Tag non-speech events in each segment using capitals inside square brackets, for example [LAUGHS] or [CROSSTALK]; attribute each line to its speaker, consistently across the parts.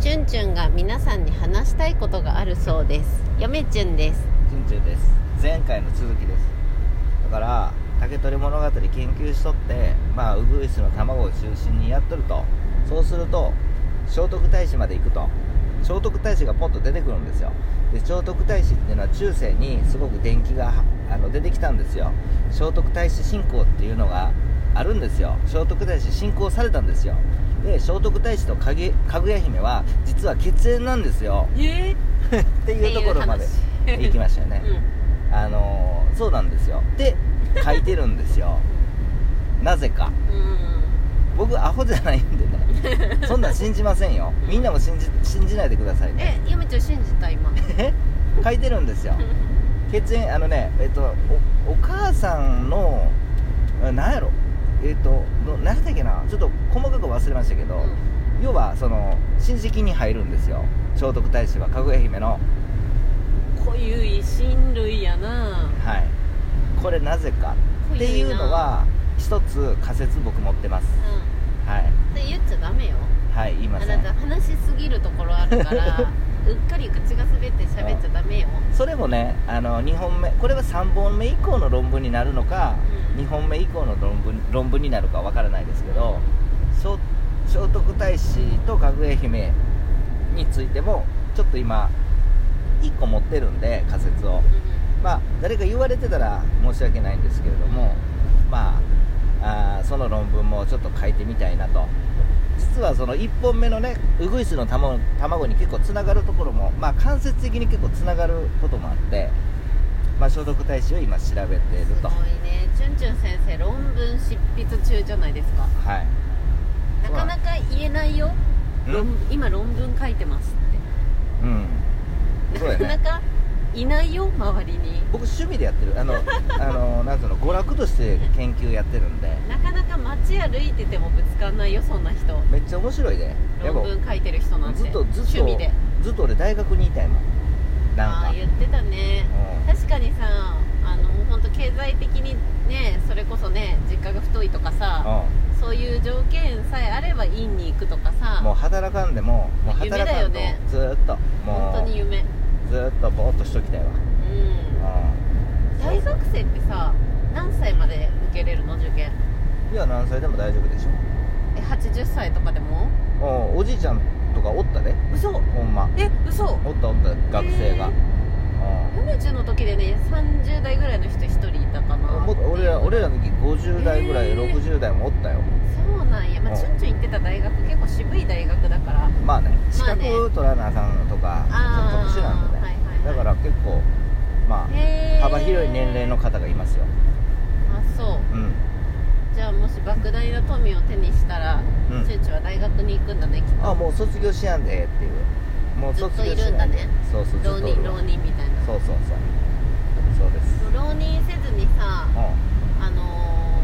Speaker 1: チュンチュンが皆さんに話したいことがあるそうです嫁チュンです
Speaker 2: チュンチュンです前回の続きですだから竹取物語研究しとってまあウグイスの卵を中心にやっとるとそうすると聖徳太子まで行くと聖徳太子がポッと出てくるんですよで聖徳太子っていうのは中世にすごく伝記があの出てきたんですよ聖徳太子信仰っていうのがあるんですよ聖徳太子信仰されたんですよで聖徳太子とかげかぐや姫は実は血縁なんですよ
Speaker 1: え
Speaker 2: っていうところまで
Speaker 1: っていう話
Speaker 2: 行きましたよね、
Speaker 1: う
Speaker 2: あのーそうなんですよで書いてるんですよなぜか
Speaker 1: んうん
Speaker 2: 僕アホじゃないんでねそんなん信じませんよみんなも信じ信じないでくださいね
Speaker 1: え嫁ちゃん信じた今
Speaker 2: 書いてるんですよ血縁あのねえっとおお母さんのあなんやろえっとの何やったっけなちょっと細かく忘れましたけど、要はその親戚に入るんですよ聖徳太子はかぐや姫の
Speaker 1: 濃ゆい親類やな
Speaker 2: はいこれなぜかっていうのは一つ仮説僕持ってます
Speaker 1: う
Speaker 2: はい
Speaker 1: んで言っちゃダメよ
Speaker 2: はい言い
Speaker 1: あ
Speaker 2: ませ
Speaker 1: なた
Speaker 2: ん
Speaker 1: 話しすぎるところあるから [LAUGHS] うっかり口が滑って喋っちゃダメよ
Speaker 2: それもねあの2本目これは3本目以降の論文になるのか、
Speaker 1: うん
Speaker 2: 2本目以降の論文論文になるかわからないですけど聖聖徳太子とかぐや姫についてもちょっと今1個持ってるんで仮説をまあ誰か言われてたら申し訳ないんですけれどもまああーその論文もちょっと書いてみたいなと実はその1本目のねウグイスの卵卵に結構つながるところもまあ間接的に結構つながることもあってまあ聖徳太子を今調べている
Speaker 1: す
Speaker 2: と
Speaker 1: ごいねチュンチュン先生論文執筆中じゃないですか
Speaker 2: はい
Speaker 1: なかなか言えないよ、
Speaker 2: うん
Speaker 1: 論今論文書いてます
Speaker 2: うん
Speaker 1: って、
Speaker 2: そう
Speaker 1: [LAUGHS] な
Speaker 2: や
Speaker 1: かな
Speaker 2: ね
Speaker 1: かいないよ周りに
Speaker 2: 僕趣味でやってるあのあのなんつうの娯楽として研究やってるんで
Speaker 1: なかなか街歩いててもぶつかんないよそんな人
Speaker 2: めっちゃ面白いでやっ
Speaker 1: 論文書いてる人な
Speaker 2: ぱ
Speaker 1: んて
Speaker 2: ずっとずっ
Speaker 1: 趣
Speaker 2: と
Speaker 1: 味で
Speaker 2: ずっと俺大学にいたいもんなん
Speaker 1: あ
Speaker 2: か
Speaker 1: あ言ってたね
Speaker 2: う
Speaker 1: 確かにさあのもう本当経済的にねそれこそね実家が太いとかさ
Speaker 2: んうん
Speaker 1: そういう条件さえあれば院に行くとかさ
Speaker 2: もう働かんでももう働
Speaker 1: 夢だ
Speaker 2: か
Speaker 1: よ
Speaker 2: んと
Speaker 1: ね
Speaker 2: ずーっと
Speaker 1: 本当
Speaker 2: も
Speaker 1: に夢
Speaker 2: うずーっとぼーっとしときたいわ
Speaker 1: うん
Speaker 2: うん
Speaker 1: 大学生ってさ何歳まで受けれるの受験
Speaker 2: いや何歳でも大丈夫でし
Speaker 1: え80歳とかでも
Speaker 2: ょおおじいちゃんとかおったで
Speaker 1: 嘘
Speaker 2: ほんま
Speaker 1: え嘘
Speaker 2: おったおった学生が、
Speaker 1: へ
Speaker 2: うん
Speaker 1: 嫁中の時でね30代ぐらいの人1人いたかな
Speaker 2: もっと俺ら俺らの時50代ぐらい、
Speaker 1: へー
Speaker 2: 60代もおったよ
Speaker 1: そうなんやまあ
Speaker 2: うん
Speaker 1: チュンチュン行ってた大学結構渋い大学だから
Speaker 2: まあね資
Speaker 1: まあね
Speaker 2: 格取らなあかんとか、
Speaker 1: あー
Speaker 2: ちょっと特殊なんでね、
Speaker 1: はいはいはい
Speaker 2: だから結構ま
Speaker 1: へ
Speaker 2: あ
Speaker 1: ー
Speaker 2: 幅広い年齢の方がいますよ
Speaker 1: あそう
Speaker 2: うん
Speaker 1: じゃあもし莫大な富を手にしたら、
Speaker 2: うん
Speaker 1: チュンチュンは大学に行くんだねきっと
Speaker 2: あもう卒業しやんでっていうもう卒業しないで
Speaker 1: ずっといるんだね
Speaker 2: そうそ
Speaker 1: 浪
Speaker 2: うずっとお
Speaker 1: 人
Speaker 2: るわ
Speaker 1: 浪人みたいな
Speaker 2: そうそうそうそうです
Speaker 1: 浪人せずにさ
Speaker 2: う
Speaker 1: あの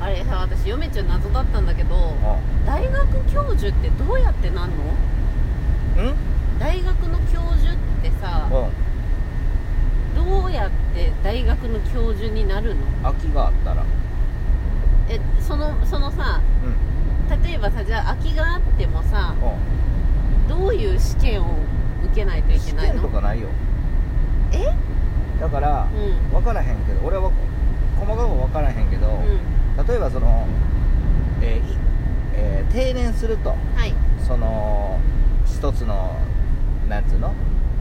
Speaker 1: ー、ああれさ私嫁ちゃん謎だったんだけど
Speaker 2: ん
Speaker 1: 大学教授ってどうやってなんの
Speaker 2: うん
Speaker 1: 大学の教授ってさ
Speaker 2: うんうん
Speaker 1: どうやって大学の教授になるの
Speaker 2: 空きがあったら
Speaker 1: えそのそのさ
Speaker 2: うん
Speaker 1: 例えばさじゃあ空きがあってもさ
Speaker 2: う
Speaker 1: どういう試験を受けないとい
Speaker 2: ん
Speaker 1: け
Speaker 2: 試
Speaker 1: ない
Speaker 2: 験
Speaker 1: の
Speaker 2: とかないよだから
Speaker 1: うんうん
Speaker 2: 分からへんけど俺は細かく分からへんけど、例えばそのえーいえー定年すると
Speaker 1: はい
Speaker 2: その一つのなんつうの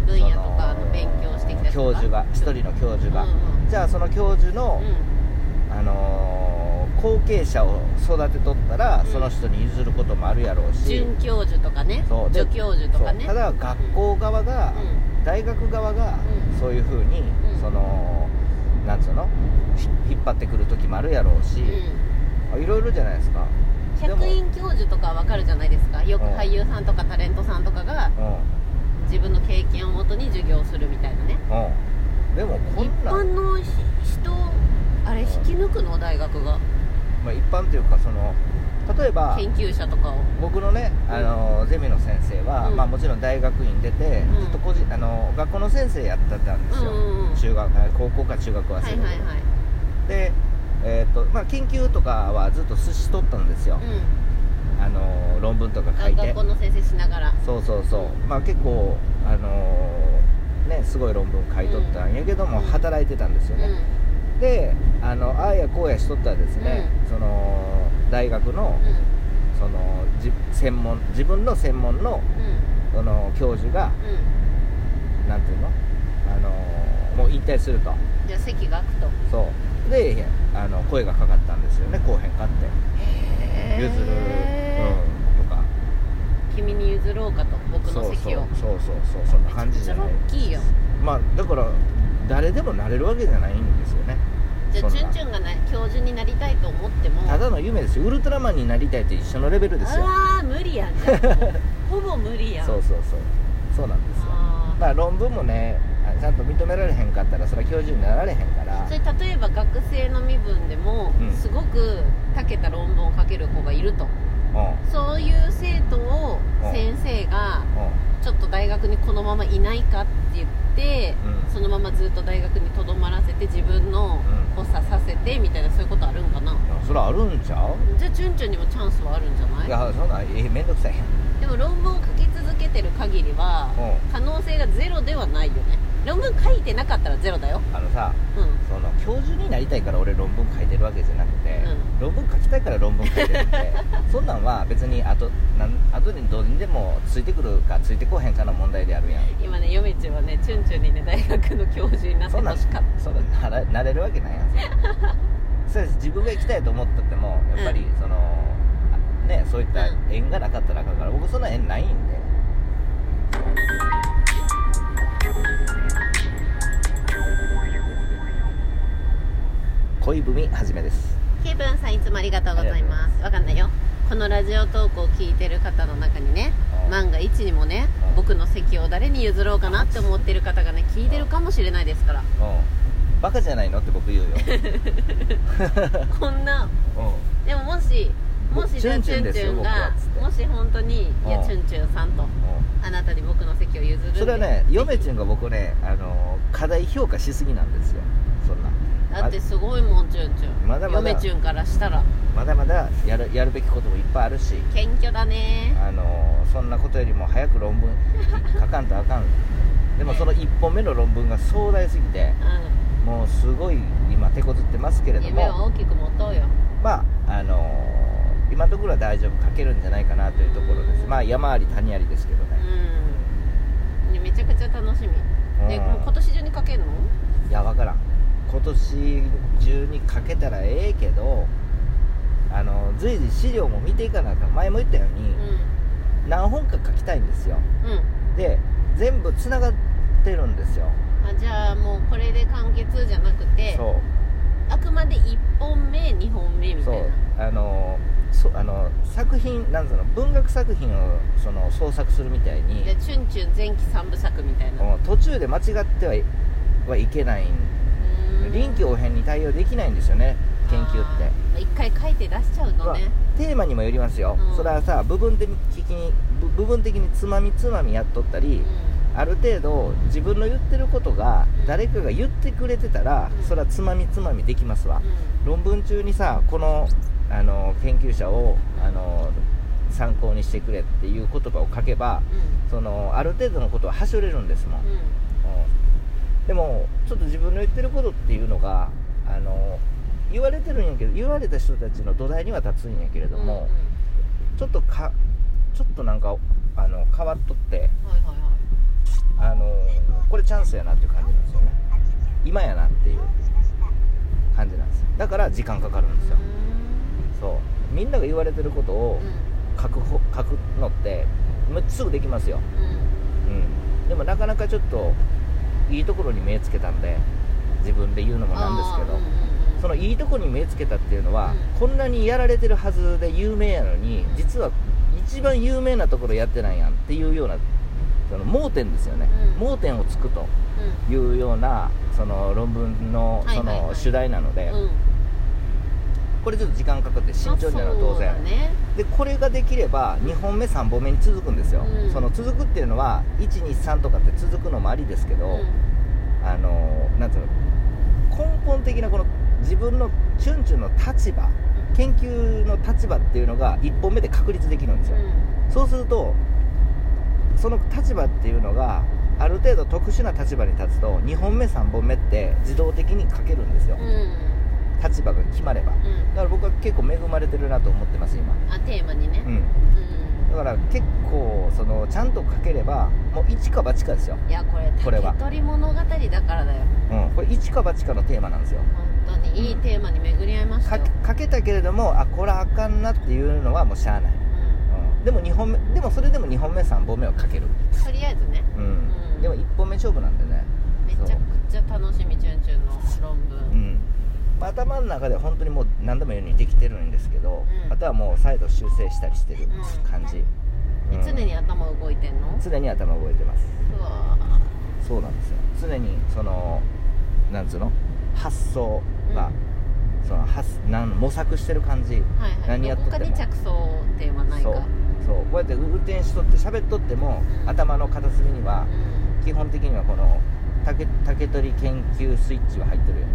Speaker 1: 分野とかの勉強してきた
Speaker 2: その教授が一人の教授が、
Speaker 1: うんうん
Speaker 2: じゃあその教授の、
Speaker 1: うん
Speaker 2: あのー後継者を育てとったら、
Speaker 1: うん
Speaker 2: その人に譲ることもあるやろうし
Speaker 1: 准教授とかね
Speaker 2: そうで
Speaker 1: 助教授とかね
Speaker 2: そうただ学校側が、
Speaker 1: う
Speaker 2: 大学側が
Speaker 1: うん
Speaker 2: そういうふうに、
Speaker 1: うん
Speaker 2: そのなんつうのひ引っ張ってくる時もあるやろうし、
Speaker 1: ん、うん
Speaker 2: あいろいろじゃないですかでも
Speaker 1: 客員教授とかわかるじゃないですかよく
Speaker 2: うん
Speaker 1: 俳優さんとかタレントさんとかが
Speaker 2: うん
Speaker 1: 自分の経験をもとに授業するみたいなね
Speaker 2: うんでもこ
Speaker 1: 一
Speaker 2: んな
Speaker 1: 般のひ人あれ
Speaker 2: うん
Speaker 1: 引き抜くの大学が
Speaker 2: まあ、一般というかその例えば
Speaker 1: 研究者とかを
Speaker 2: 僕のね、あのゼミの先生は、
Speaker 1: うん
Speaker 2: まあ、もちろん大学院出て、
Speaker 1: うん
Speaker 2: ずっと個人あの学校の先生やってたんですよ、
Speaker 1: うんうんうん
Speaker 2: 中学あ高校か中学は
Speaker 1: はいはいはい
Speaker 2: で、えーとまあ、研究とかはずっと寿司取ったんですよ、
Speaker 1: う
Speaker 2: あの論文とか書
Speaker 1: ん
Speaker 2: いて
Speaker 1: 学校の先生しながら
Speaker 2: そうそうそうまあ結構あのーねすごい論文書いとったんやけども、
Speaker 1: うん
Speaker 2: 働いてたんですよね、であのああやこうやしとったらですね、その大学のそのじ専門自分の専門のその教授がなんていうのあのーもう引退すると
Speaker 1: じゃあ席が空くと
Speaker 2: そうであの声がかかったんですよね後編かって
Speaker 1: へ
Speaker 2: 譲る、うん、とか
Speaker 1: 君に譲ろうかと僕の席を
Speaker 2: そうそうそうそうそんな感じじゃない
Speaker 1: めちゃくちゃ大きいよ
Speaker 2: まあだから誰でもなれるわけじゃないんですよね
Speaker 1: じゃあ
Speaker 2: そんな
Speaker 1: チュンチュンがな教授になりたいと思っても
Speaker 2: ただの夢ですよウルトラマンになりたいって一緒のレベルですよ
Speaker 1: あら無理やんじゃあも
Speaker 2: [LAUGHS]
Speaker 1: うほぼ無理やん
Speaker 2: そうそうそうそうなんですよ
Speaker 1: あ
Speaker 2: まあ論文もねあちゃんと認められへんかったらそれは教授になられへんか
Speaker 1: ー
Speaker 2: ら
Speaker 1: それ例えば学生の身分でも、
Speaker 2: うん
Speaker 1: すごくたけた論文を書ける子がいると
Speaker 2: うんうん
Speaker 1: そういう生徒を
Speaker 2: うん
Speaker 1: 先生がちょっと大学にこのままいないかって言って
Speaker 2: うん
Speaker 1: そのままずっと大学にとどまらせて自分の
Speaker 2: う
Speaker 1: 補
Speaker 2: ん
Speaker 1: 佐させてみたいなそういうことあるんかない
Speaker 2: やそれあるんちゃう
Speaker 1: じゃあチュンチュンにもチャンスはあるんじゃない
Speaker 2: いやそんなんえめんどくさいやん
Speaker 1: でも論文を書き続けてる限りは
Speaker 2: う
Speaker 1: 可能性がゼロではないよね論文書いてなかったらゼロだよ
Speaker 2: あのさ
Speaker 1: うんうん
Speaker 2: その教授になりたいから俺論文書いてるわけじゃなくて、
Speaker 1: う
Speaker 2: 論文書きたいから論文書い
Speaker 1: [LAUGHS]
Speaker 2: てるんでそんなんは別にあとなん後にどうにでもついてくるかついてこへんかの問題であるやん
Speaker 1: 今ね嫁ちはねチュンチュンにね大学の教授になって
Speaker 2: そんな
Speaker 1: ほ
Speaker 2: ん
Speaker 1: しかった
Speaker 2: それならなれるわけないやんそんなそうです自分が行きたいと思ったってもやっぱり
Speaker 1: う
Speaker 2: その、あねそういった
Speaker 1: う
Speaker 2: 縁がなかったらあかんから僕そんな縁ないんで恋文はじめです
Speaker 1: ケイブンさんいつもありがとうござい
Speaker 2: ありがとうござ
Speaker 1: ま
Speaker 2: います
Speaker 1: わかんないよこのラジオトークを聞いてる方の中にね
Speaker 2: うん
Speaker 1: 万が一にもね
Speaker 2: うん
Speaker 1: 僕の席を誰に譲ろうかなって思ってる方がね聞いてるかもしれないです
Speaker 2: [LAUGHS]
Speaker 1: から
Speaker 2: うんバカじゃないのって僕言うよ、
Speaker 1: こんな
Speaker 2: う
Speaker 1: でももしもし
Speaker 2: チ
Speaker 1: じゃ
Speaker 2: ュ
Speaker 1: あ
Speaker 2: ン
Speaker 1: チ
Speaker 2: チ
Speaker 1: ュ
Speaker 2: ュ
Speaker 1: ンチ
Speaker 2: ンですよ
Speaker 1: ュンが
Speaker 2: 僕
Speaker 1: も
Speaker 2: は
Speaker 1: し本当に「いや
Speaker 2: うん
Speaker 1: チュンチュンさん」と
Speaker 2: んうん
Speaker 1: 「あなたに僕の席を譲るんで」
Speaker 2: それはね嫁ちんが僕ねあの課題評価しすぎなんですよそんな
Speaker 1: だってすごいもんチュンチュン
Speaker 2: まだまだ
Speaker 1: 嫁チュンからしたら
Speaker 2: まだまだやるやるべきこともいっぱいあるし
Speaker 1: 謙虚だね
Speaker 2: あのそんなことよりも早く論文書かんとあかんでもその1本目の論文が壮大すぎて
Speaker 1: う
Speaker 2: もうすごい今手こずってますけれ
Speaker 1: ん
Speaker 2: ど
Speaker 1: 夢を
Speaker 2: も
Speaker 1: 大きく持とうよ
Speaker 2: まああの今のところは大丈夫書けるんじゃないかなというところですまあ山あり谷ありですけどね
Speaker 1: うんねめちゃくちゃ楽しみ
Speaker 2: うん
Speaker 1: ねもう今年中に書けるの
Speaker 2: いや分からん今年中に書けたらええけどあの随時資料も見ていかなあかん前も言ったように
Speaker 1: う、ん
Speaker 2: 何本か書きたいんですよ
Speaker 1: うん
Speaker 2: で全部つながってるんですよ
Speaker 1: あじゃあもうこれで完結じゃなくて
Speaker 2: そう
Speaker 1: あくまで1本目2本目みた
Speaker 2: そ
Speaker 1: いな
Speaker 2: うあのそあの作品なんつうの文学作品をその創作するみたいに
Speaker 1: じゃあチュンチュン前期3部作みたいな
Speaker 2: もう途中で間違ってはいはいけない臨機応変に対応できないんですよね研究って
Speaker 1: て一回書いて出しちゃうのね
Speaker 2: テーマにもよりますよ、
Speaker 1: うん
Speaker 2: それはさ部分的にぶ部分的につまみつまみやっとったり、ある程度自分の言ってることが
Speaker 1: うん
Speaker 2: 誰かが言ってくれてたら、
Speaker 1: うん
Speaker 2: それはつまみつまみできますわ
Speaker 1: うん、
Speaker 2: 論文中にさこのあの研究者をあの参考にしてくれっていう言葉を書けばそのある程度のことははしょれるんですもん、
Speaker 1: うんうん
Speaker 2: うんでもちょっと自分の言ってることっていうのがあの言われてるんやけど言われた人たちの土台には立つんやけれども、ちょっとかちょっとなんかあの変わっとって
Speaker 1: うんうんはいはいはい
Speaker 2: あのこれチャンスやなっていう感じなんですよね今やなっていう感じなんですだから時間かかるんですよそうみんなが言われてることを書くほ書くのってむすぐできますよ、
Speaker 1: うんうん
Speaker 2: うん、でもなかなかちょっといいところに目つけたんで自分で言うのもなんですけど、
Speaker 1: あーうんうんうん
Speaker 2: そのいいところに目つけたっていうのは、
Speaker 1: う
Speaker 2: こんなにやられてるはずで有名やのに実は一番有名なところやってないやんっていうようなその盲点ですよね、
Speaker 1: うん
Speaker 2: 盲点をつくというようなその論文の
Speaker 1: はい
Speaker 2: そ
Speaker 1: はいは
Speaker 2: の
Speaker 1: い
Speaker 2: 主題なので、
Speaker 1: うんうん
Speaker 2: これちょっと時間かかって慎重になるのは当然、
Speaker 1: まあそうだね
Speaker 2: でこれができれば2本目3本目に続くんですよ、
Speaker 1: うん
Speaker 2: その続くっていうのは123とかって続くのもありですけど、
Speaker 1: う
Speaker 2: あのなんていうの根本的なこの自分のチュンチュンの立場研究の立場っていうのが1本目で確立できるんですよ、
Speaker 1: んうん
Speaker 2: そうするとその立場っていうのがある程度特殊な立場に立つと2本目3本目って自動的に書けるんですよ、
Speaker 1: うんうん
Speaker 2: 立場が決まればだから僕は結構恵まれてるなと思ってます今
Speaker 1: あテーマにね
Speaker 2: うん
Speaker 1: うん
Speaker 2: だから結構そのちゃんと書ければもう一か八かですよ、
Speaker 1: いやこれ
Speaker 2: これは
Speaker 1: 竹取物語だからだよ
Speaker 2: うん、これ一か八かのテーマなんですよ
Speaker 1: 本当にいいテーマに巡り合いました
Speaker 2: 書
Speaker 1: よ
Speaker 2: け書けたけれどもあこれあかんなっていうのはもうしゃあない、
Speaker 1: うん
Speaker 2: うん、でも二本目でもそれでも2本目3本目は書ける、
Speaker 1: とりあえずね
Speaker 2: うん
Speaker 1: うん
Speaker 2: でも1本目勝負なんでね
Speaker 1: めちゃくちゃ楽しみチュンチュンの論文
Speaker 2: うん頭の中で本当にもう何でも言うようにできてるんですけど、
Speaker 1: うん
Speaker 2: あとはもう再度修正したりしてる
Speaker 1: うん
Speaker 2: 感じ、うん
Speaker 1: 常に頭動いてんの
Speaker 2: 常に頭動いてます
Speaker 1: うわ
Speaker 2: そうなんですよ常にそのなんつうの発想が、その発なん模索してる感じ
Speaker 1: ーはいはい
Speaker 2: 何やっ
Speaker 1: ど
Speaker 2: とって
Speaker 1: こ
Speaker 2: も
Speaker 1: かに着想っていうのはないか
Speaker 2: そうそうこうやって運転しとって喋っとっても、
Speaker 1: うん
Speaker 2: 頭の片隅には
Speaker 1: うん
Speaker 2: 基本的にはこの竹竹取研究スイッチは入ってるよ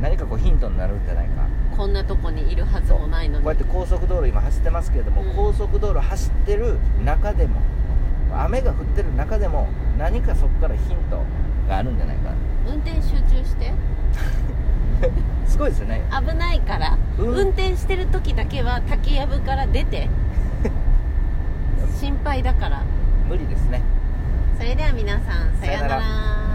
Speaker 2: 何かこうヒントになるんじゃないか
Speaker 1: こんなとこにいるはずもないの
Speaker 2: こ
Speaker 1: に
Speaker 2: うやって高速道路今走ってますけれども、
Speaker 1: うん
Speaker 2: 高速道路走ってる中でも雨が降ってる中でも何かそこからヒントがあるんじゃないか
Speaker 1: 運転集中して
Speaker 2: すごいですよね
Speaker 1: 危ないから、
Speaker 2: うん
Speaker 1: 運転してる時だけは竹 [LAUGHS] やぶから出て心配だから
Speaker 2: 無理ですね
Speaker 1: それでは皆さんさような
Speaker 2: さよう
Speaker 1: ら